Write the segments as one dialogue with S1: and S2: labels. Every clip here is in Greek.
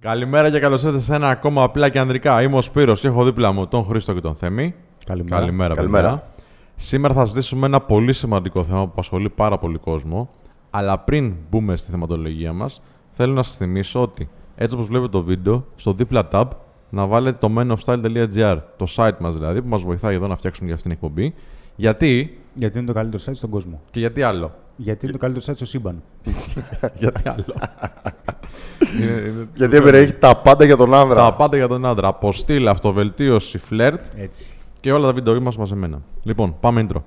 S1: Καλημέρα και καλώς ήρθατε σε ένα ακόμα απλά και ανδρικά. Είμαι ο Σπύρος και έχω δίπλα μου τον Χρήστο και τον Θέμη.
S2: Ναι, Καλημέρα.
S1: Καλημέρα,
S3: Καλημέρα.
S1: παιδιά. Σήμερα θα συζητήσουμε ένα πολύ σημαντικό θέμα που απασχολεί πάρα πολύ κόσμο. Αλλά πριν μπούμε στη θεματολογία μας, θέλω να σας θυμίσω ότι έτσι όπως βλέπετε το βίντεο, στο δίπλα tab να βάλετε το menofstyle.gr, το site μας δηλαδή, που μας βοηθάει εδώ να φτιάξουμε για αυτήν την εκπομπή. Γιατί
S2: Γιατί είναι το καλύτερο site στον κόσμο.
S1: και γιατί άλλο.
S2: Γιατί είναι το καλύτερο site στο σύμπαν.
S1: γιατί άλλο. Είναι- είναι-
S3: Γιατί εμπεριέχει τα πάντα για τον άνδρα.
S1: Τα πάντα για τον άντρα. Αποστήλ, αυτοβελτίωση, φλερτ
S2: Έτσι.
S1: και όλα τα βίντεο μας μαζεμένα. Λοιπόν, πάμε intro.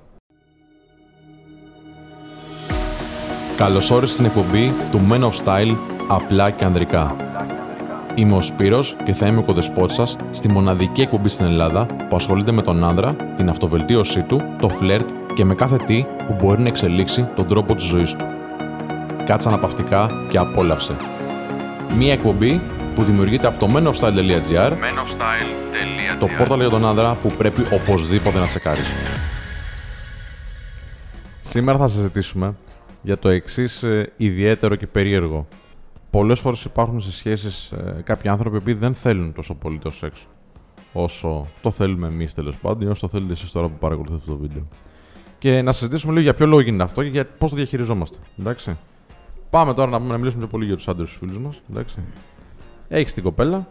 S1: Καλώς όρισες στην εκπομπή του Men of Style απλά και ανδρικά. Είμαι ο Σπύρος και θα είμαι ο κοδεσπότης σας στη μοναδική εκπομπή στην Ελλάδα που ασχολείται με τον άνδρα, την αυτοβελτίωσή του, το φλερτ και με κάθε τι που μπορεί να εξελίξει τον τρόπο της ζωής του. Κάτσε αναπαυτικά και απόλαυσε. Μία εκπομπή που δημιουργείται από το menofstyle.gr το πόρταλ για τον άνδρα που πρέπει οπωσδήποτε να τσεκάρεις. Σήμερα θα συζητήσουμε για το εξής ιδιαίτερο και περίεργο. Πολλές φορές υπάρχουν σε σχέσεις κάποιοι άνθρωποι που δεν θέλουν τόσο πολύ το σεξ όσο το θέλουμε εμείς τέλος πάντων ή όσο το θέλετε εσείς τώρα που παρακολουθείτε αυτό το βίντεο. Και να συζητήσουμε λίγο για ποιο λόγο γίνεται αυτό και για πώς το διαχειριζόμαστε. Εντάξει. Πάμε τώρα να, πούμε, να μιλήσουμε πιο πολύ για τους άντρες τους φίλους μας. Έχεις την κοπέλα,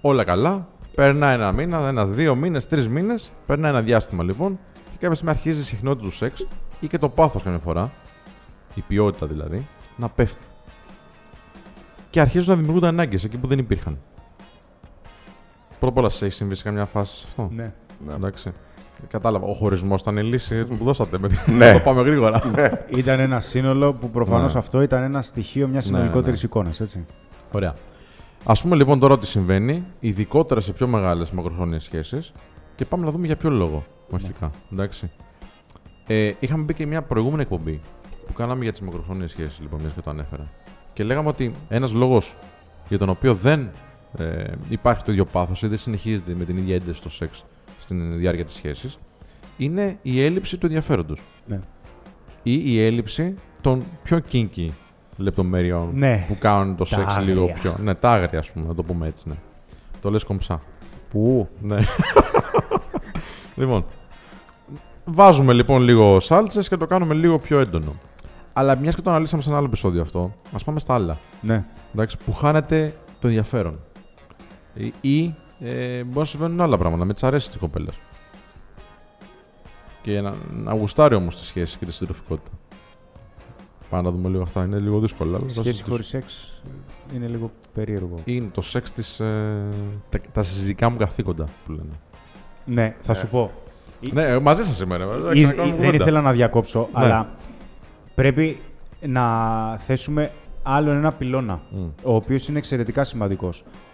S1: όλα καλά. Περνά ένα μήνα, ένας, δύο μήνες, τρεις μήνες. Περνά ένα διάστημα λοιπόν. Και κάποια στιγμή αρχίζει η συχνότητα του σεξ ή και το πάθος καμιά φορά, η ποιότητα δηλαδή, να πέφτει. Και αρχίζουν να δημιουργούνται ανάγκες εκεί που δεν υπήρχαν. Πρώτα απ' όλα, σε έχει συμβεί σε καμιά φάση σε αυτό.
S2: Ναι.
S3: Ναι.
S1: Εντάξει. Κατάλαβα. Ο χωρισμός ήταν η λύση που δώσατε. με τη-
S3: Ναι.
S1: το πάμε γρήγορα.
S2: Ήταν ένα σύνολο που προφανώς
S1: Ναι.
S2: αυτό ήταν ένα στοιχείο μιας συνολικότερη εικόνας, έτσι.
S1: Ωραία. Ας πούμε λοιπόν τώρα τι συμβαίνει, ειδικότερα σε πιο μεγάλες μακροχρόνιες σχέσεις, και πάμε να δούμε για ποιο λόγο αρχικά. Εντάξει. Ε, είχαμε μπει και μια προηγούμενη εκπομπή που κάναμε για τις μακροχρόνιες σχέσεις, λοιπόν, μιας και το ανέφερα. Και λέγαμε ότι ένας λόγος για τον οποίο δεν ε, υπάρχει το ίδιο πάθος ή δεν συνεχίζεται με την ίδια ένταση στο σεξ στην διάρκεια της σχέσης είναι η έλλειψη του ενδιαφέροντος
S2: Ναι.
S1: ή η έλλειψη των πιο kinky λεπτομέριων
S2: Ναι.
S1: που κάνουν το
S2: Τα
S1: σεξ λίγο
S2: άγρια.
S1: πιο. Ναι, τα άγρια, ας πούμε, να το πούμε έτσι. Ναι. Το λες κομψά.
S2: Που.
S1: Ναι. λοιπόν. Βάζουμε λοιπόν λίγο σάλτσες και το κάνουμε λίγο πιο έντονο. Αλλά μιας και το αναλύσαμε σε ένα άλλο επεισόδιο αυτό, ας πάμε στα άλλα.
S2: Ναι.
S1: Εντάξει, που χάνεται το ενδιαφέρον. Ή, ή ε, μπορεί να συμβαίνουν άλλα πράγματα, με τις αρέσει τη κοπέλα. Και να, να γουστάρει όμως τη σχέση και τη συντροφικότητα. Πάμε να δούμε λίγο αυτά. Είναι λίγο δύσκολα. αλλά θα
S2: Σχέση
S1: συζητήσουμε.
S2: χωρίς σεξ είναι λίγο περίεργο.
S1: Είναι το σεξ της, ε, τα, τα συζυγικά μου καθήκοντα που λένε.
S2: Ναι, θα σου πω.
S1: Ναι, ε, μαζί σας σήμερα. ε,
S2: Ή-
S1: να κάνουμε
S2: ή- δεν
S1: κουβέντα.
S2: ήθελα να διακόψω,
S1: Ναι.
S2: αλλά πρέπει να θέσουμε άλλον ένα πυλώνα,
S1: Μμ.
S2: ο οποίος είναι εξαιρετικά σημαντικός.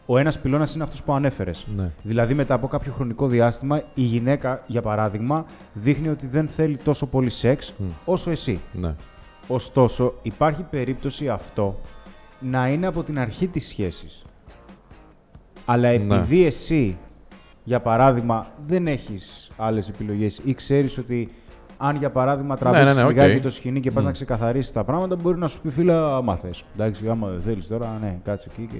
S2: Ο ένας πυλώνας είναι αυτός που ανέφερες.
S1: Ναι.
S2: Δηλαδή, μετά από κάποιο χρονικό διάστημα, η γυναίκα, για παράδειγμα, δείχνει ότι δεν θέλει τόσο πολύ σεξ
S1: Mm.
S2: όσο εσύ.
S1: Ναι.
S2: Ωστόσο, υπάρχει περίπτωση αυτό να είναι από την αρχή της σχέσης.
S1: Ναι.
S2: Αλλά επειδή εσύ, για παράδειγμα, δεν έχεις άλλες επιλογές ή ξέρεις ότι αν για παράδειγμα τραβήξεις
S1: ναι, ναι,
S2: λιγάκι
S1: οκ.
S2: το σκηνή και πας να ξεκαθαρίσεις τα πράγματα, μπορεί να σου πει φίλα, άμα θες. Εντάξει, άμα δεν θέλεις τώρα, ναι, κάτσε εκεί και...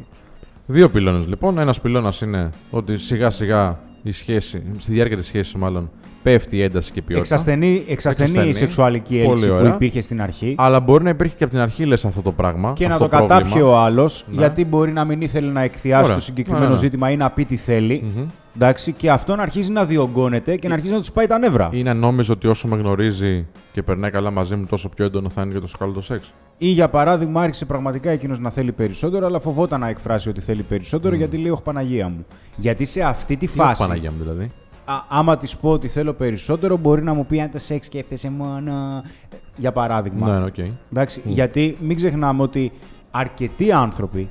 S1: Δύο πυλώνες λοιπόν. Ένας πυλώνας είναι ότι σιγά σιγά η σχέση, στη διάρκεια της σχέσης μάλλον, πέφτει η ένταση και η ποιότητα.
S2: Εξασθενεί, εξασθενεί
S1: Εξασθενεί.
S2: η σεξουαλική
S1: Πολύ
S2: έλξη που
S1: ωραία.
S2: υπήρχε στην αρχή
S1: Αλλά μπορεί να υπήρχε και από την αρχή λες αυτό το πράγμα.
S2: και να
S1: αυτό
S2: το κατάπιε
S1: πρόβλημα.
S2: ο άλλος,
S1: Ναι.
S2: γιατί μπορεί να μην ήθελε να εκθιάσει
S1: Ωραία.
S2: το συγκεκριμένο
S1: Ναι, ναι, ναι.
S2: ζήτημα ή να πει τι θελει Εντάξει, και αυτό να αρχίζει να διωγγώνεται και να αρχίζει να τους πάει τα νεύρα.
S1: Ή να νόμιζε ότι όσο με γνωρίζει και περνάει καλά μαζί μου, τόσο πιο έντονο θα είναι και τόσο καλό το σεξ.
S2: Ή για παράδειγμα, άρχισε πραγματικά εκείνος να θέλει περισσότερο, αλλά φοβόταν να εκφράσει ότι θέλει περισσότερο, γιατί λέει: Ωχ, Παναγία μου. Γιατί σε αυτή τη
S1: Τι είναι
S2: φάση,
S1: Παναγία μου δηλαδή.
S2: α, άμα της πω ότι θέλω περισσότερο, μπορεί να μου πει αν το σεξ σκέφτεσαι μόνο. ε, Για παράδειγμα.
S1: Ναι, ναι, οκ.
S2: Εντάξει, γιατί μην ξεχνάμε ότι αρκετοί άνθρωποι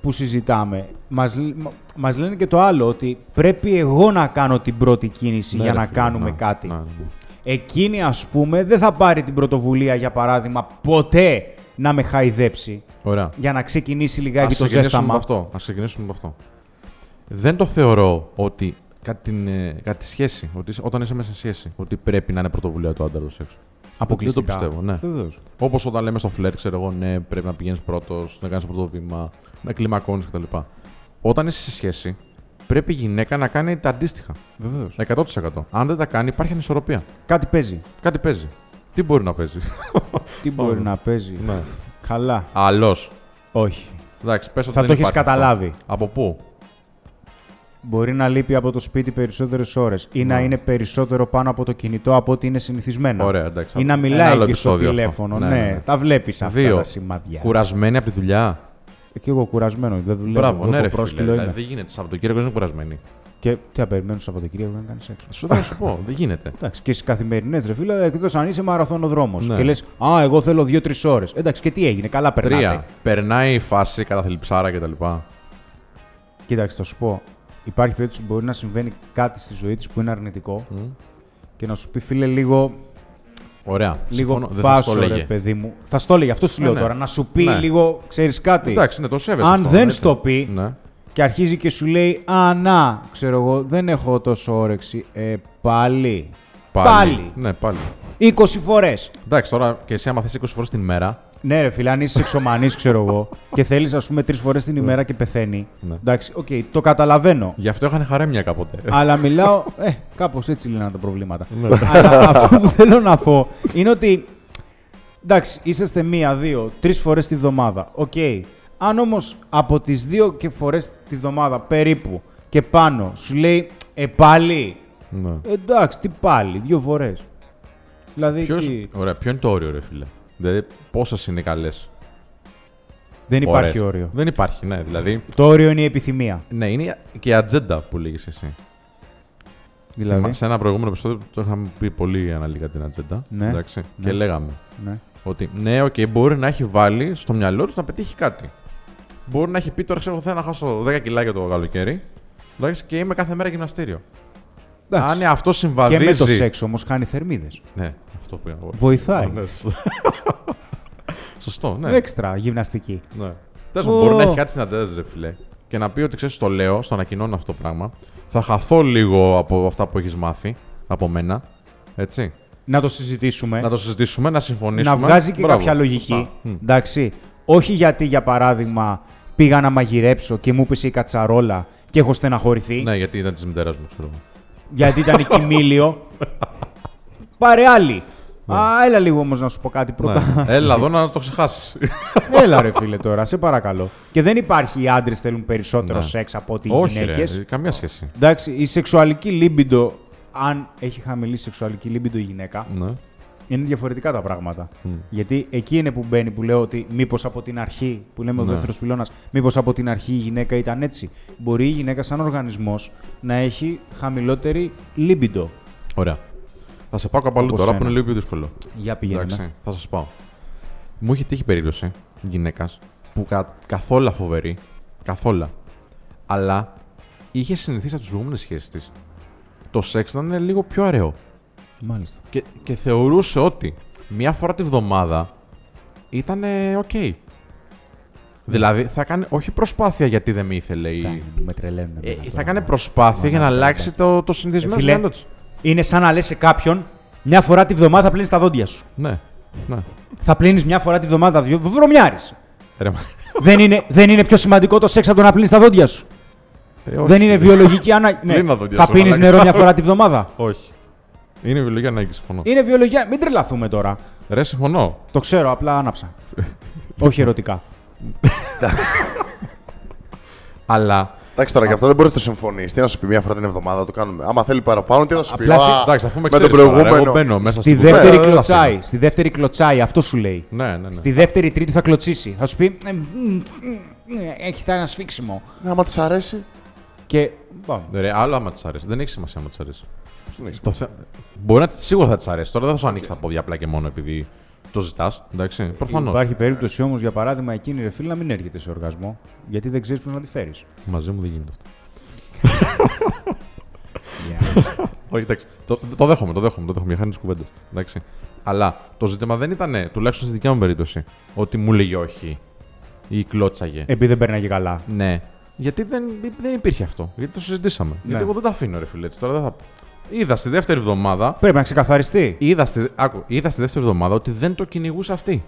S2: που συζητάμε μας, λ- μα- μας λένε και το άλλο ότι πρέπει εγώ να κάνω την πρώτη κίνηση
S1: Ναι,
S2: για
S1: ρε
S2: να
S1: φίλε,
S2: κάνουμε
S1: ναι,
S2: κάτι.
S1: ναι, ναι, ναι.
S2: Εκείνη ας πούμε δεν θα πάρει την πρωτοβουλία για παράδειγμα ποτέ να με χαϊδέψει
S1: Ωραία.
S2: για να ξεκινήσει λιγάκι
S1: Ας
S2: το
S1: ξεκινήσουμε
S2: ζέσταμα.
S1: με αυτό. Ας ξεκινήσουμε με αυτό. Δεν το θεωρώ ότι κατά, την, ε, κατά τη σχέση, ότι είσαι- όταν είσαι μέσα σε σχέση, ότι πρέπει να είναι πρωτοβουλία του άντρα το σεξ.
S2: Αποκλειστικά.
S1: Δεν το πιστεύω, ναι.
S2: Βεβαίως.
S1: Όπως όταν λέμε στο φλερ, ξέρω εγώ, ναι, πρέπει να πηγαίνεις πρώτος, να κάνεις το πρώτο βήμα, να κλιμακώνεις κτλ. Όταν είσαι σε σχέση, πρέπει η γυναίκα να κάνει τα αντίστοιχα.
S2: Βεβαίως.
S1: 100%. Αν δεν τα κάνει, υπάρχει ανισορροπία.
S2: Κάτι παίζει.
S1: Κάτι παίζει. Τι μπορεί να παίζει.
S2: Τι μπορεί
S1: Πάμε.
S2: να παίζει.
S1: ναι.
S2: Καλά.
S1: Αλλό.
S2: Όχι.
S1: Εντάξει, πες ότι
S2: Θα
S1: δεν
S2: το έχεις
S1: υπάρχει αυτό.
S2: καταλάβει.
S1: Από πού.
S2: Μπορεί να λείπει από το σπίτι περισσότερες ώρες ή να είναι περισσότερο πάνω από το κινητό από ό,τι είναι συνηθισμένο.
S1: Ναι. Ωραία, εντάξει.
S2: Ή να
S1: Ένα
S2: μιλάει
S1: άλλο
S2: εκεί στο
S1: επεισόδιο αυτό.
S2: τηλέφωνο.
S1: Ναι,
S2: Ναι,
S1: ναι, ναι.
S2: τα βλέπεις αυτά
S1: Δύο.
S2: τα σημάδια.
S1: Κουρασμένη από τη δουλειά.
S2: Και εγώ κουρασμένο, δεν δουλεύω.
S1: Μπράβο,
S2: εγώ
S1: ναι, ρε φίλε.
S2: πρόσκυλο είμαι.
S1: Δηλαδή, δεν γίνεται. Σαββατοκύριακο είναι κουρασμένη.
S2: Και τι απεριμένω Σαββατοκύριακο να κάνεις έξω.
S1: Σου θα σου πω, δεν γίνεται.
S2: Εντάξει, και στις καθημερινές ρε φίλε, εκτός αν είσαι μαραθωνοδρόμος.
S1: Ναι.
S2: Και λες, Α, εγώ θέλω 2-3 ώρες. Εντάξει, και τι έγινε, καλά περνάτε.
S1: Τρία. Περνάει η φάση κατά θλιψάρα κτλ.
S2: Κοίταξε, θα σου πω. Υπάρχει περίπτωση που μπορεί να συμβαίνει κάτι στη ζωή της που είναι αρνητικό και να σου πει, φίλε, λίγο.
S1: Ωραία.
S2: Λίγο
S1: Συμφωνώ. Δεν θα σου
S2: πάσο,
S1: το
S2: ρε
S1: λέγε.
S2: παιδί μου. Θα στο λέγε, αυτό σου
S1: Ναι,
S2: λέω
S1: ναι.
S2: τώρα. Να σου πει
S1: Ναι.
S2: λίγο, ξέρεις κάτι.
S1: Εντάξει, ναι, το σέβεσαι.
S2: Αν
S1: αυτό,
S2: δεν
S1: έτσι.
S2: στο πει,
S1: Ναι.
S2: Και αρχίζει και σου λέει, Α, να, ξέρω εγώ, δεν έχω τόσο όρεξη. Ε, πάλι.
S1: Πάλι. Ναι, πάλι.
S2: 20 φορές.
S1: Εντάξει, τώρα και εσύ, άμα θες 20 φορές την μέρα.
S2: Ναι, ρε φίλε, αν είσαι σεξομανή, ξέρω εγώ, και θέλεις, ας πούμε, τρεις φορές την ημέρα και πεθαίνει.
S1: Ναι.
S2: Εντάξει, οκ, το καταλαβαίνω.
S1: Γι' αυτό είχαν χαρέμια κάποτε.
S2: αλλά μιλάω. Ε, κάπως έτσι λένε τα προβλήματα.
S1: Ναι.
S2: αλλά αυτό που θέλω να πω είναι ότι. Εντάξει, είσαστε μία, δύο, τρεις φορές τη βδομάδα. Οκ. Αν όμως από τις δύο και φορές τη βδομάδα περίπου και πάνω σου λέει Ε, πάλι.
S1: ναι.
S2: Εντάξει, τι πάλι, δύο φορές. Δηλαδή.
S1: Ποιος...
S2: τι-
S1: Ωραία, ποιο είναι το όριο, ρε φίλε. Δηλαδή, πόσες είναι καλές.
S2: Δεν υπάρχει όριο.
S1: Δεν υπάρχει, ναι. Δηλαδή,
S2: Το όριο είναι η επιθυμία.
S1: ναι, είναι και η ατζέντα που λέγεις εσύ.
S2: Δηλαδή.
S1: Σε ένα προηγούμενο επεισόδιο το είχαμε πει πολύ αναλύκα την ατζέντα.
S2: Ναι.
S1: Εντάξει,
S2: Ναι.
S1: Και λέγαμε
S2: Ναι.
S1: ότι ναι, οκ, μπορεί να έχει βάλει στο μυαλό του να πετύχει κάτι. Μπορεί να έχει πει τώρα, ξέρω, εγώ, θέλω να χάσω 10 κιλάκια το καλοκαίρι. Εντάξει, και είμαι κάθε μέρα γυμναστήριο.
S2: Εντάξει.
S1: Αν αυτό
S2: Και
S1: συμβαδίζει.
S2: με το σεξ όμως κάνει θερμίδες.
S1: Ναι, αυτό που εγώ.
S2: Βοηθάει.
S1: Ναι, σωστό. σωστό, ναι.
S2: Έξτρα γυμναστική.
S1: ναι. Τέλος πάντων,
S2: Ω.
S1: μπορεί να έχει κάτι στην ατζέντα, ρε φιλέ. Και να πει ότι ξέρεις, το λέω, στο ανακοινώνω αυτό το πράγμα. Θα χαθώ λίγο από αυτά που έχεις μάθει από μένα. Έτσι.
S2: Να το συζητήσουμε.
S1: Να το συζητήσουμε, να συμφωνήσουμε.
S2: να βγάζει και
S1: Μπράβο.
S2: κάποια λογική.
S1: Σωστά. Μμ.
S2: Εντάξει. Όχι γιατί, για παράδειγμα, πήγα να μαγειρέψω και μου έπεσε η κατσαρόλα και έχω στεναχωρηθεί.
S1: Ναι, γιατί ήταν της μητέρας μου, ξέρω εγώ.
S2: Γιατί ήταν εκεί μήλιο. Πάρε άλλη. Α, έλα λίγο όμως να σου πω κάτι πρώτα.
S1: Ναι. Έλα εδώ να το ξεχάσεις.
S2: έλα ρε φίλε τώρα, σε παρακαλώ. Και δεν υπάρχει οι άντρες θέλουν περισσότερο
S1: Ναι.
S2: σεξ από ότι οι
S1: Όχι, ρε,
S2: γυναίκες.
S1: καμία σχέση.
S2: Εντάξει, η σεξουαλική λίμπιντο, αν έχει χαμηλή σεξουαλική λίμπιντο η γυναίκα,
S1: Ναι.
S2: Είναι διαφορετικά τα πράγματα. Γιατί εκεί είναι που μπαίνει που λέω ότι μήπως από την αρχή, που λέμε ο
S1: Ναι.
S2: δεύτερος πυλώνας, μήπως από την αρχή η γυναίκα ήταν έτσι. Μπορεί η γυναίκα σαν οργανισμός να έχει χαμηλότερη λίμπιντο.
S1: Ωραία. Θα σε πάω κάπου αλλού
S2: Όπως
S1: τώρα που
S2: ένα.
S1: είναι λίγο πιο δύσκολο.
S2: Για πηγαίνουμε.
S1: Εντάξει, θα σας πάω. Μου είχε τύχει περίπτωση γυναίκας που κα, καθόλου φοβερή, καθόλου. Αλλά είχε συνηθίσει από τι προηγούμενε σχέσεις της το σεξ να είναι λίγο πιο αραιό.
S2: Μάλιστα.
S1: Και, και θεωρούσε ότι μία φορά τη βδομάδα ήταν οκ. Δηλαδή θα έκανε όχι προσπάθεια γιατί δεν με ήθελε. ή-
S2: Φτάνει, με τρελαίνουν.
S1: Ε,
S2: εμένα
S1: θα
S2: τώρα.
S1: έκανε προσπάθεια για να
S2: Μαλάκα.
S1: αλλάξει το, το συνηθισμένο
S2: Ναι, Ε, φίλε.
S1: μυαλό της.
S2: Είναι σαν να λες σε κάποιον μια φορά τη βδομάδα θα πλύνεις τα δόντια σου.
S1: Ναι, ναι.
S2: Θα πλύνεις μια φορά τη βδομάδα δύο. Βρωμιάρη.
S1: Ρε, μα-
S2: δεν, είναι, δεν είναι πιο σημαντικό το σεξ από το να πλύνεις τα δόντια σου.
S1: Ε, όχι.
S2: δεν είναι βιολογική ανάγκη.
S1: Πλύνω τα δόντια
S2: θα
S1: σου,
S2: πίνει
S1: μαλάκα.
S2: νερό μια φορά τη βδομάδα.
S1: Όχι. Είναι βιολογική ανάγκη, συμφωνώ.
S2: Είναι βιολογία. Μην τρελαθούμε τώρα.
S1: Ρε, συμφωνώ.
S2: Το ξέρω, απλά άναψα. Όχι ερωτικά.
S1: Αλλά.
S3: Εντάξει τώρα, γι' αυτό δεν μπορείς να το συμφωνήσει. Τι να σου πει μια φορά την εβδομάδα, το κάνουμε. Άμα θέλει παραπάνω, τι να σου πει.
S2: Απλά στη-
S3: «Α,
S1: Εντάξει, αφού με
S3: με
S1: ξέρει.
S3: τον προηγούμενο.
S1: Εγώ μπαίνω μέσα
S2: Στη
S1: στην
S2: δεύτερη
S1: κουβέντα, δεν θα
S2: κλωτσάει.
S1: φύγω.
S2: Στη δεύτερη κλωτσάει, αυτό σου λέει.
S1: ε, Ναι, ναι, ναι.
S2: Στη δεύτερη τρίτη θα κλωτσίσει. Θα σου πει. «Ε, μ, μ, μ, ε, Έχει θα ένα σφίξιμο.
S3: Ναι, Άμα της αρέσει.
S2: Και. πάμε.
S1: Ρε, άλλο άμα της αρέσει. Δεν έχει σημασία άμα της αρέσει. Το θε... Μπορεί να της- σίγουρα θα της αρέσει. Τώρα δεν θα σου ανοίξει τα πόδια απλά και μόνο επειδή το ζητάς. Εντάξει, προφανώς.
S2: Υπάρχει περίπτωση όμως, για παράδειγμα, εκείνη ρε φίλη να μην έρχεται σε οργασμό. Γιατί δεν ξέρεις πώς να τη φέρεις.
S1: Μαζί μου δεν γίνεται αυτό. Όχι, εντάξει. Το, το δέχομαι, το δέχομαι. Το δέχομαι. Για χάρη τη κουβέντα. Εντάξει. Αλλά το ζήτημα δεν ήταν, τουλάχιστον στη δικιά μου περίπτωση, ότι μου λέγε όχι ή κλώτσαγε.
S2: Επειδή δεν παίρναγε καλά.
S1: Ναι. Γιατί δεν, δεν υπήρχε αυτό. Γιατί το συζητήσαμε. Γιατί εγώ δεν τα αφήνω, ρε φίλε. Έτσι. Τώρα δεν θα. Είδα στη δεύτερη εβδομάδα.
S2: Πρέπει να ξεκαθαριστεί.
S1: Είδα στη, άκου, είδα στη δεύτερη εβδομάδα ότι δεν το κυνηγούσε αυτή.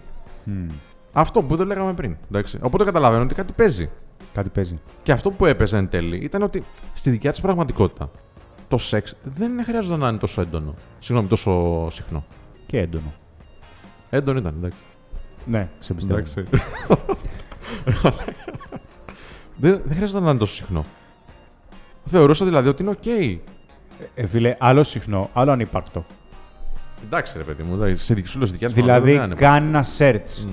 S1: Αυτό που δεν λέγαμε πριν. Εντάξει. Οπότε καταλαβαίνω ότι κάτι παίζει.
S2: Κάτι παίζει.
S1: Και αυτό που έπαιζε εν τέλει ήταν ότι στη δικιά της πραγματικότητα το σεξ δεν χρειάζεται να είναι τόσο έντονο. Συγγνώμη, τόσο συχνό.
S2: Και έντονο.
S1: Έντονο ήταν, εντάξει.
S2: Ναι, σε πιστεύω.
S1: δεν, δεν χρειάζεται να είναι τόσο συχνό. Θεωρούσα δηλαδή ότι είναι οκ.
S2: Ε, φίλε, άλλο συχνό, άλλο ανύπαρκτο.
S1: Εντάξει, ρε παιδί μου, εντάξει, σε δική σου λέω στη δικιά τη
S2: δηλαδή,
S1: δεν είναι. Mm.
S2: κάνει ένα search.
S1: Μμ.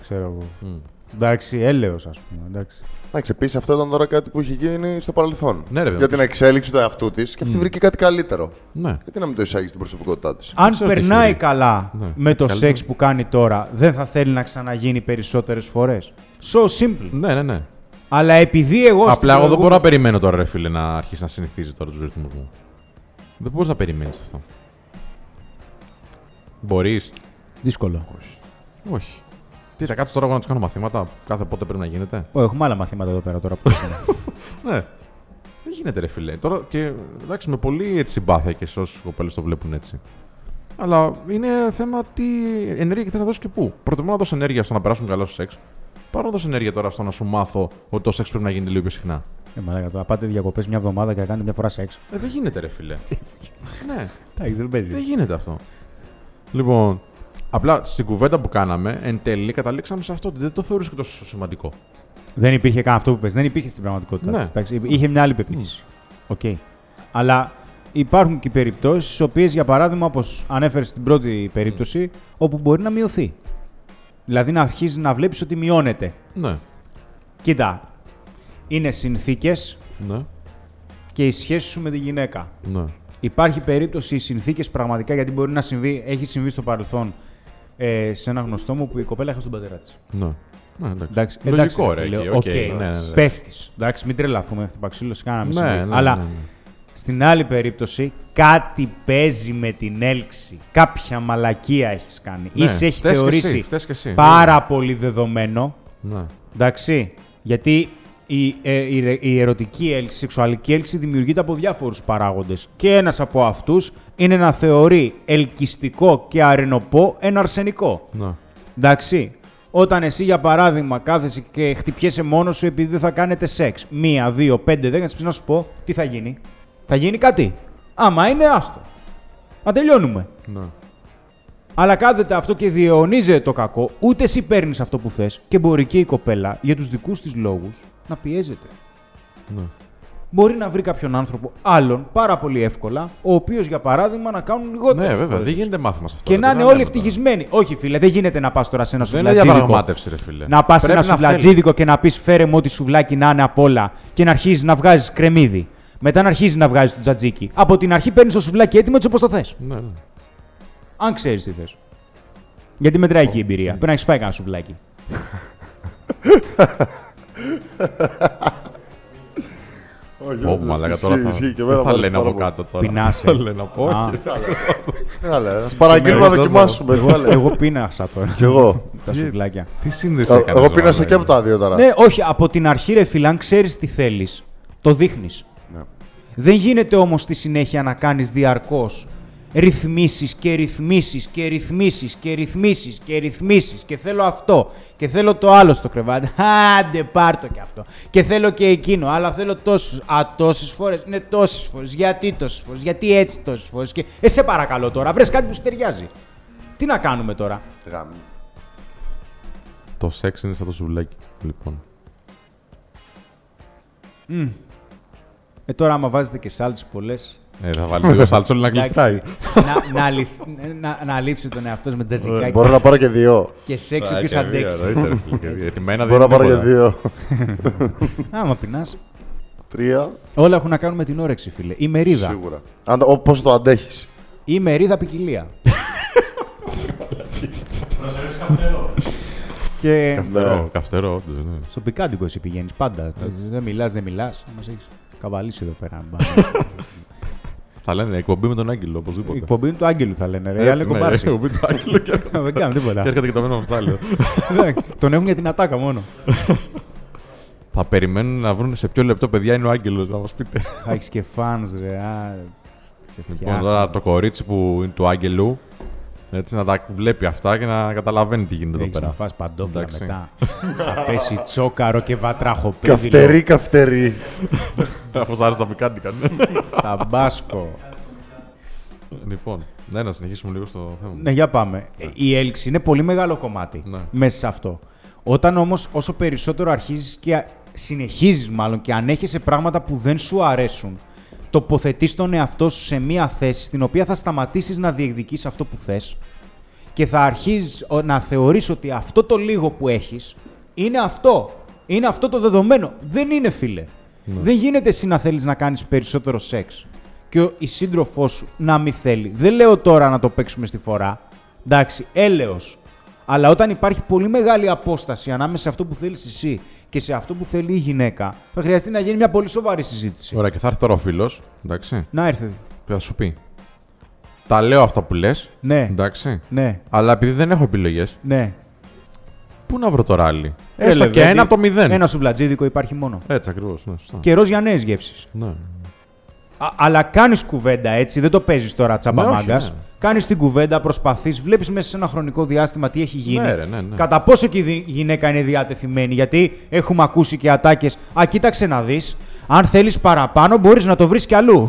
S2: Ξέρω εγώ.
S1: Μμ.
S2: Εντάξει, έλεος, ας πούμε. Εντάξει.
S3: Εντάξει, επίσης αυτό ήταν τώρα κάτι που είχε γίνει στο παρελθόν.
S1: Ναι, ρε, βέβαια.
S3: για την εξέλιξη του εαυτού της και αυτή βρήκε κάτι καλύτερο.
S1: Ναι.
S3: Γιατί να μην το εισάγεις στην προσωπικότητά της.
S2: Αν
S1: ξέρω τι
S2: περνάει
S1: χειρή.
S2: καλά
S1: Ναι,
S2: με το
S1: καλύτερα.
S2: σεξ που κάνει τώρα, δεν θα θέλει να ξαναγίνει περισσότερες φορές. So simple.
S1: Ναι, ναι, ναι.
S2: Αλλά επειδή εγώ. στην
S1: Απλά εγώ δεν
S2: προηγούμενη-
S1: μπορώ να περιμένω τώρα, ρε φίλε, να αρχίσει να συνηθίζει τώρα τους ρυθμούς μου. Δεν μπορείς να περιμένεις αυτό. Μπορείς.
S2: Δύσκολο.
S1: Όχι. Τι, θα κάτσω τώρα εγώ να τους κάνω μαθήματα που κάθε πότε πρέπει να γίνεται.
S2: Ω, έχουμε άλλα μαθήματα εδώ πέρα τώρα που έχουμε.
S1: Ναι. Δεν γίνεται, ρε φίλε. Τώρα και εντάξει, με πολύ έτσι, συμπάθεια και σε όσους κοπέλες το βλέπουν έτσι. Αλλά είναι θέμα τι ενέργεια και θε να δώσει και πού. Προτιμώ να δώσω ενέργεια στο να περάσουν καλά στο σεξ. Πάρω να δώσω ενέργεια τώρα στο να σου μάθω ότι το σεξ πρέπει να γίνεται λίγο πιο συχνά.
S2: Ε, μαλάκα, τώρα πάτε διακοπές μια εβδομάδα και να κάνετε μια φορά σεξ.
S1: Ε, δεν γίνεται, ρε φίλε. ναι.
S2: Εντάξει, δεν
S1: Δεν
S2: παίζει.
S1: γίνεται αυτό. Λοιπόν, απλά στην κουβέντα που κάναμε, εν τέλει καταλήξαμε σε αυτό ότι δεν το θεωρείς και τόσο σημαντικό.
S2: Δεν υπήρχε καν αυτό που πες. Δεν υπήρχε στην πραγματικότητα.
S1: Ναι.
S2: της, εντάξει. Είχε μια άλλη πεποίθηση. Οκ. Αλλά υπάρχουν και περιπτώσει, οι οποίες, για παράδειγμα, όπως ανέφερες στην πρώτη περίπτωση, όπου μπορεί να μειωθεί. Δηλαδή να αρχίζεις να βλέπεις ότι μειώνεται.
S1: Ναι,
S2: Κοίτα, είναι συνθήκες
S1: ναι,
S2: και η σχέση σου με τη γυναίκα.
S1: ναι.
S2: Υπάρχει περίπτωση οι συνθήκες πραγματικά, γιατί μπορεί να συμβεί, έχει συμβεί στο παρελθόν ε, σε ένα γνωστό μου που η κοπέλα είχα στον πατέρα της.
S1: ναι. Ναι, εντάξει.
S2: Εντάξει, εντάξει,
S1: Λογικό,
S2: ρε,
S1: ρε,
S2: φίλε,
S1: εκεί,
S2: οκ,
S1: οκ, ναι, ναι, ναι.
S2: Πέφτεις. Εντάξει, μην τρελαθούμε. Χτυπά ξύλο, κάναμε.
S1: Ναι, ναι, ναι,
S2: Αλλά
S1: ναι, ναι.
S2: στην άλλη περίπτωση, κάτι παίζει με την έλξη. Κάποια μαλακία έχεις κάνει.
S1: Ναι,
S2: ή σε έχει
S1: φταίς και
S2: θεωρήσει
S1: εσύ, φταίς και εσύ.
S2: πάρα πολύ δεδομένο.
S1: Ναι.
S2: Εντάξει. Γιατί η, ε, η, ρε- η ερωτική έλξη, η σεξουαλική έλξη δημιουργείται από διάφορους παράγοντες. Και ένας από αυτούς είναι να θεωρεί ελκυστικό και αρενοπό ένα αρσενικό.
S1: Ναι.
S2: Εντάξει. Όταν εσύ, για παράδειγμα, κάθεσαι και χτυπιέσαι μόνος σου επειδή δεν θα κάνετε σεξ. Μία, δύο, πέντε, δέκα, να σου πω τι θα γίνει. Θα γίνει κάτι. Άμα είναι, άστο. Να τελειώνουμε.
S1: ναι.
S2: Αλλά κάθεται αυτό και διαιωνίζεται το κακό. Ούτε εσύ παίρνεις αυτό που θες και μπορεί και η κοπέλα για τους δικούς της λόγους να πιέζεται.
S1: Ναι.
S2: Μπορεί να βρει κάποιον άνθρωπο άλλον πάρα πολύ εύκολα, ο οποίος για παράδειγμα να κάνουν λιγότερο.
S1: Ναι, βέβαια, δεν γίνεται μάθημα σε αυτό.
S2: Και
S1: ρε,
S2: να
S1: δεν
S2: είναι
S1: λέμε
S2: όλοι
S1: τώρα.
S2: ευτυχισμένοι. Όχι, φίλε, δεν γίνεται να πας τώρα σε ένα
S1: ναι, Δεν είναι
S2: σουβλατζίδικο.
S1: διαπραγμάτευση, ρε φίλε.
S2: Να πας σε
S1: Πρέπει
S2: ένα
S1: να
S2: σουβλατζίδικο και να πεις φέρε μου ό,τι σουβλάκι να είναι απ' όλα και να αρχίζεις να βγάζεις κρεμμύδι. Μετά να αρχίζει να βγάζει το τζατζίκι. Από την αρχή παίρνεις το σουβλάκι έτοιμο έτσι όπως το θες.
S1: θέλει. Ναι, ναι.
S2: Αν ξέρεις τι θες. Γιατί μετράει και η εμπειρία. Πρέπει να έχεις φάει κανένα σουβλάκι.
S3: Όχι,
S1: Ω,
S3: όντως,
S1: μαλάκα,
S3: ισχύει,
S1: τώρα θα,
S3: ισχύει και εμένα
S1: δεν θα
S3: μου αρέσει
S1: λένε
S3: πάρα
S1: από
S3: πολύ.
S1: κάτω τώρα.
S2: Πεινάσαι.
S1: Θα λένε από
S2: ε. Α,
S1: όχι.
S3: Καλά, ας παραγγείλουμε να
S1: Ναι,
S3: δοκιμάσουμε.
S2: εγώ, εγώ πίνασα τώρα.
S3: Κι εγώ.
S2: τα σουβλάκια.
S1: Τι σύνδεση
S3: Εγώ-
S1: έκανες,
S3: Εγώ
S1: ρε,
S3: πίνασα
S1: μαλάκα.
S3: και από τα δύο τώρα.
S2: Ναι, όχι, από την αρχή ρε φίλε, αν ξέρεις τι θέλεις, το δείχνεις.
S3: Ναι.
S2: Δεν γίνεται όμως στη συνέχεια να κάνεις διαρκώς ρυθμίσεις και ρυθμίσεις και ρυθμίσεις και ρυθμίσεις και ρυθμίσεις. Και θέλω αυτό. Και θέλω το άλλο στο κρεβάτι. Άντε, πάρτο και αυτό. Και θέλω και εκείνο. Αλλά θέλω τόσους. Α, τόσες φορές. Ναι, τόσες φορές. Γιατί τόσες φορές. Γιατί έτσι τόσες φορές. Και... Ε, σε παρακαλώ τώρα, βρες κάτι που σου ταιριάζει. Τι να κάνουμε τώρα.
S3: Γάμι.
S1: Το σεξ είναι σαν το σουβλάκι. Λοιπόν.
S2: Ε, τώρα, άμα βάζετε και σάλτσε πολλές,
S1: Ε, θα βάλει λίγο σάλτσο να γλιστράει.
S2: να, να, αληθ- να, να αλείψει τον εαυτός με τζατζικάκι
S3: Μπορώ να πάρω και δύο.
S2: και σεξ
S1: Ε, Α,
S2: όποιος
S1: και μία,
S2: αντέξει.
S1: εννοείται, ρε φίλε, και δύο. Ετοιμένα δεν
S3: Μπορώ να
S1: είναι
S3: πάρω και
S1: τίποτα.
S3: δύο.
S2: Άμα πεινάς.
S3: Τρία.
S2: Όλα έχουν να κάνουν με την όρεξη, φίλε. Η μερίδα.
S3: Σίγουρα. Αν το- ο- Πόσο το αντέχεις.
S2: Η μερίδα ποικιλία. και
S1: Καυτερό, καυτερό, όντως, ναι.
S2: στο πικάντικο εσύ πηγαίνεις πάντα. Δεν μιλάς, δεν μιλάς. Μας έχεις καβαλήσει εδώ πέρα.
S1: Θα λένε εκπομπή με τον Άγγελο,
S2: Η
S1: οπωσδήποτε.
S2: εκπομπή είναι του Άγγελου, θα λένε. Ρε,
S1: Έτσι,
S2: Άλλε
S1: ναι,
S2: κομπάρση.
S1: εκπομπή του Άγγελου και έρχεται-
S2: Δεν κάνουν
S1: και
S2: τίποτα.
S1: έρχεται και το μένω μαστάλιο.
S2: Τον έχουν για την ατάκα μόνο.
S1: Θα περιμένουν να βρουν σε ποιο λεπτό παιδιά είναι ο Άγγελος, να μας πείτε.
S2: Θα έχεις και φαν, ρε. α, Σε
S1: Λοιπόν,
S2: φτιάχνω.
S1: τώρα το κορίτσι που είναι του Άγγελου, έτσι να τα βλέπει αυτά και να καταλαβαίνει τι γίνεται εδώ
S2: Έχεις να
S1: πέρα.
S2: φας παντόφλα
S1: Εντάξει.
S2: μετά. θα πέσει τσόκαρο και βατράχοπέδιλο.
S3: Καυτερή, καυτερή.
S1: Αφού άρεσε τα πικάντικα. ναι.
S2: Ταμπάσκο.
S1: λοιπόν, ναι, να συνεχίσουμε λίγο στο θέμα.
S2: Ναι, για πάμε. Ε, Η έλξη είναι πολύ μεγάλο κομμάτι
S1: Ναι.
S2: μέσα σε αυτό. Όταν όμως, όσο περισσότερο αρχίζεις και α- συνεχίζεις μάλλον και ανέχεσαι πράγματα που δεν σου αρέσουν, τοποθετείς τον εαυτό σου σε μία θέση στην οποία θα σταματήσεις να διεκδικείς αυτό που θες και θα αρχίζεις ο- να θεωρείς ότι αυτό το λίγο που έχεις είναι αυτό. Είναι αυτό το δεδομένο. Δεν είναι, φίλε.
S1: Ναι.
S2: Δεν γίνεται εσύ να θέλεις να κάνεις περισσότερο σεξ και ο, η σύντροφός σου να μην θέλει. Δεν λέω τώρα να το παίξουμε στη φορά. Εντάξει, έλεος. Αλλά όταν υπάρχει πολύ μεγάλη απόσταση ανάμεσα σε αυτό που θέλεις εσύ και σε αυτό που θέλει η γυναίκα, θα χρειαστεί να γίνει μια πολύ σοβαρή συζήτηση.
S1: Ωραία, και θα έρθει τώρα ο φίλος, εντάξει,
S2: Να έρθει.
S1: και θα σου πει. Τα λέω αυτά που λες,
S2: Ναι,
S1: εντάξει,
S2: ναι,
S1: αλλά επειδή δεν έχω επιλογές,
S2: ναι.
S1: πού να βρω το ράλι.
S2: Έλε,
S1: Έστω και
S2: βέβαια,
S1: ένα από το μηδέν.
S2: Ένα σουβλατζίδικο υπάρχει μόνο.
S1: Έτσι ακριβώς, ναι, σωστά.
S2: Καιρός για νέες γεύσεις.
S1: Ναι.
S2: Α- αλλά κάνεις κουβέντα έτσι, δεν το παίζεις τώρα
S1: Ναι, όχι,
S2: τσαμπαμάγκα.
S1: ναι.
S2: Κάνεις την κουβέντα, προσπαθείς, βλέπεις μέσα σε ένα χρονικό διάστημα τι έχει γίνει.
S1: Ναι, ρε, ναι, ναι.
S2: Κατά πόσο και η δι- γυναίκα είναι διατεθειμένη, γιατί έχουμε ακούσει και ατάκες. Α, κοίταξε να δεις. Αν θέλεις παραπάνω, μπορείς να το βρεις κι αλλού.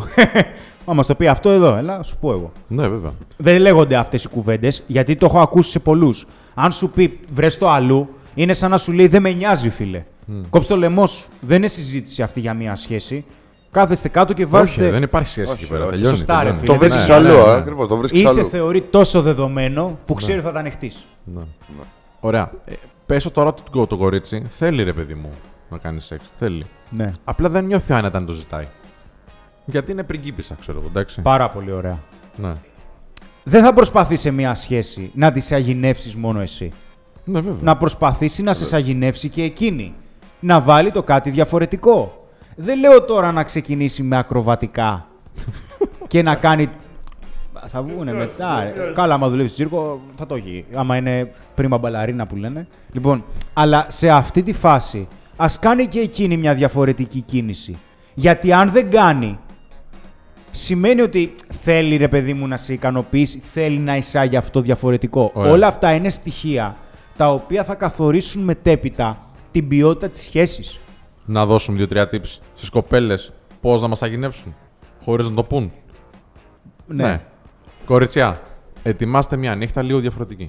S2: Μα μας το πει αυτό εδώ, έλα, σου πω εγώ.
S1: ναι, βέβαια.
S2: Δεν λέγονται αυτές οι κουβέντες, γιατί το έχω ακούσει σε πολλούς. Αν σου πει βρες το αλλού, είναι σαν να σου λέει δεν με νοιάζει, φίλε. Κόψε το λαιμό σου. Δεν είναι συζήτηση αυτή για μια σχέση. Κάθεστε κάτω και βάζετε.
S1: Όχι, δεν υπάρχει σχέση
S3: Όχι,
S1: εκεί πέρα.
S3: όχι.
S1: Τελειώνει.
S2: Σωστά, ρε,
S1: τελειώνει.
S2: φίλε,
S3: Το
S2: δεν
S3: βρίσκεις
S2: είναι.
S3: αλλού,
S2: Ναι,
S3: α,
S1: ναι.
S3: ακριβώς. Το βρίσκεις
S2: ή σε
S3: αλλού.
S2: θεωρεί τόσο δεδομένο που ξέρει ότι θα τα ανοιχτεί.
S1: Ναι. Ωραία. Ε, πέσω τώρα ότι το, το κορίτσι θέλει ρε παιδί μου να κάνεις σεξ. Θέλει.
S2: Ναι.
S1: Απλά δεν νιώθει άνετα αν το ζητάει. Γιατί είναι πριγκίπισσα, ξέρω εγώ, εντάξει.
S2: Πάρα πολύ ωραία.
S1: Ναι.
S2: Δεν θα προσπαθεί σε μια σχέση να τη σαγηνεύσει μόνο εσύ.
S1: ναι, βέβαια.
S2: Να προσπαθήσει να σε σαγηνεύσει και εκείνη. Να βάλει το κάτι διαφορετικό. Δεν λέω τώρα να ξεκινήσει με ακροβατικά και να κάνει. Θα βγουνε μετά. ρε. Καλά, άμα δουλεύεις τσίρκο, θα το έχει. Άμα είναι πρίμα μπαλαρίνα που λένε. Λοιπόν, αλλά σε αυτή τη φάση ας κάνει και εκείνη μια διαφορετική κίνηση. Γιατί αν δεν κάνει, σημαίνει ότι θέλει ρε παιδί μου να σε ικανοποιήσει, θέλει να εισάγει αυτό διαφορετικό.
S1: Ωραία.
S2: Όλα αυτά είναι στοιχεία τα οποία θα καθορίσουν μετέπειτα την ποιότητα της σχέσης.
S1: Να δώσουμε δύο-τρία tips στις κοπέλες πώς να μας αγενεύσουν. Χωρίς να το πούν.
S2: Ναι.
S1: Κοριτσιά, Ναι. ετοιμάστε μια νύχτα λίγο διαφορετική.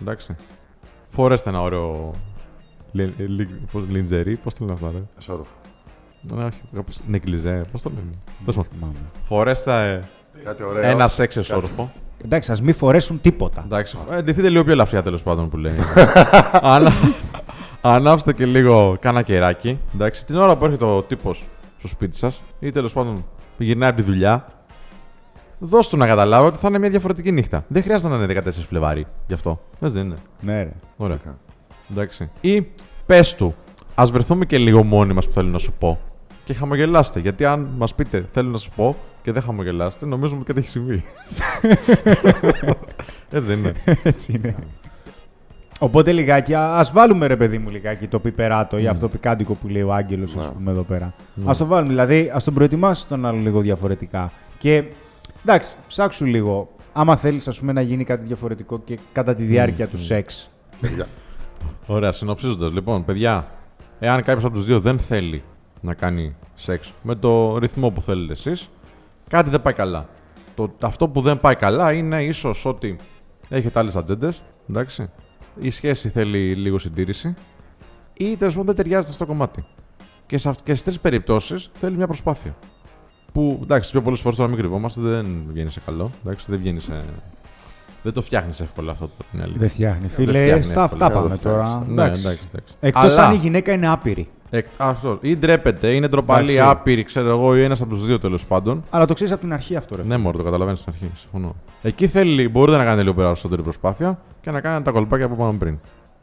S1: Εντάξει. Φορέστε ένα ωραίο. λι- λι- πώς- Λιντζερί, πώ το λένε αυτά, ρε.
S3: Σωρό.
S1: Ναι, όχι, κάπως- Νεκλιζέ, πώς το λένε. Τέλος πάντων.
S2: Θυμάμαι.
S1: Φορέστε
S3: Κάτι ωραίο.
S1: ε, ένα σεξ εσόρφο.
S2: Εντάξει, ας μην φορέσουν τίποτα.
S1: Εντάξει, ε, ντυθείτε λίγο πιο ελαφριά τέλος πάντων που λέει. Ανα... Ανάψτε και λίγο κάνα κεράκι. Εντάξει, την ώρα που έρχεται ο τύπος στο σπίτι σας ή τέλος πάντων που γυρνάει από τη δουλειά, δώσ' του να καταλάβει ότι θα είναι μια διαφορετική νύχτα. Δεν χρειάζεται να είναι 14 Φλεβάρι γι' αυτό. Έτσι δεν είναι.
S2: Ναι, ρε.
S1: Ωραία. Εντάξει. Ή πες του, ας βρεθούμε και λίγο μόνοι μας που θέλω να σου πω. Και χαμογελάστε. Γιατί αν μας πείτε θέλω να σου πω και δεν χαμογελάστε, νομίζουμε ότι κάτι έχει συμβεί. Έτσι δεν είναι.
S2: Έτσι είναι. Οπότε λιγάκι, α βάλουμε ρε παιδί μου λιγάκι το πιπεράτο ή αυτό πικάντικο που λέει ο Άγγελος, ας πούμε εδώ πέρα. Ας το βάλουμε, δηλαδή ας τον προετοιμάσεις τον άλλο λίγο διαφορετικά. Και εντάξει, ψάξου λίγο. Άμα θέλεις, ας πούμε, να γίνει κάτι διαφορετικό και κατά τη διάρκεια του σεξ.
S1: Ωραία, συνοψίζοντας λοιπόν, παιδιά, εάν κάποιος από τους δύο δεν θέλει να κάνει σεξ με το ρυθμό που θέλετε εσείς, κάτι δεν πάει καλά. Το, αυτό που δεν πάει καλά είναι ίσως ότι έχετε άλλες ατζέντες, εντάξει. Η σχέση θέλει λίγο συντήρηση ή τέλος πάντων δεν ταιριάζεται στο κομμάτι. Και, σε, αυ- και στις τρεις περιπτώσεις θέλει μια προσπάθεια. Που εντάξει, πιο πολλές φορές τώρα μην κρυβόμαστε, δεν βγαίνει σε καλό. Εντάξει, δεν βγαίνει σε. Δεν το φτιάχνεις εύκολα αυτό το είναι αλήθεια.
S2: Δεν φτιάχνει, φίλε.
S1: φτιάχνει
S2: Στα
S1: εύκολα.
S2: αυτά πάμε
S3: Δεν φτιάχνει.
S2: τώρα.
S1: Ναι, εντάξει, εντάξει.
S2: Εκτός
S1: Αλλά-
S2: αν η γυναίκα είναι άπειρη.
S1: Εκ, αυτό. Ή ντρέπεται, είναι ντροπαλή,
S2: Εντάξει.
S1: άπειρη, ξέρω εγώ, ή ένας από τους δύο τέλος πάντων.
S2: Αλλά το ξέρεις από την αρχή αυτό, ρε.
S1: Ναι, μόνο το καταλαβαίνεις στην αρχή. Συμφωνώ. Εκεί θέλει, μπορείτε να κάνετε λίγο περισσότερη προσπάθεια και να κάνετε τα κολπάκια που είπαμε πριν.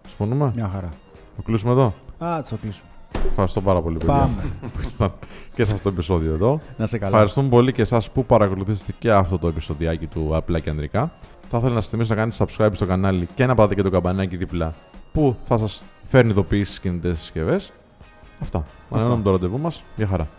S1: Συμφωνούμε.
S2: Μια χαρά.
S1: Το κλείσουμε εδώ.
S2: Α, το κλείσουμε.
S1: Ευχαριστώ πάρα πολύ, παιδιά,
S2: Πάμε.
S1: που ήσασταν και σε αυτό το επεισόδιο εδώ.
S2: Να σε καλά.
S1: Ευχαριστούμε πολύ και εσάς που παρακολουθήσατε και αυτό το επεισοδιάκι του Απλά και Ανδρικά. Θα ήθελα να σας θυμίσω να κάνετε subscribe στο κανάλι και να πατάτε και το καμπανάκι δίπλα που θα σας φέρνει ειδοποιήσεις στι κινητές συσκευές. Αυτά. Αναμένουμε το ραντεβού μας. Μια χαρά.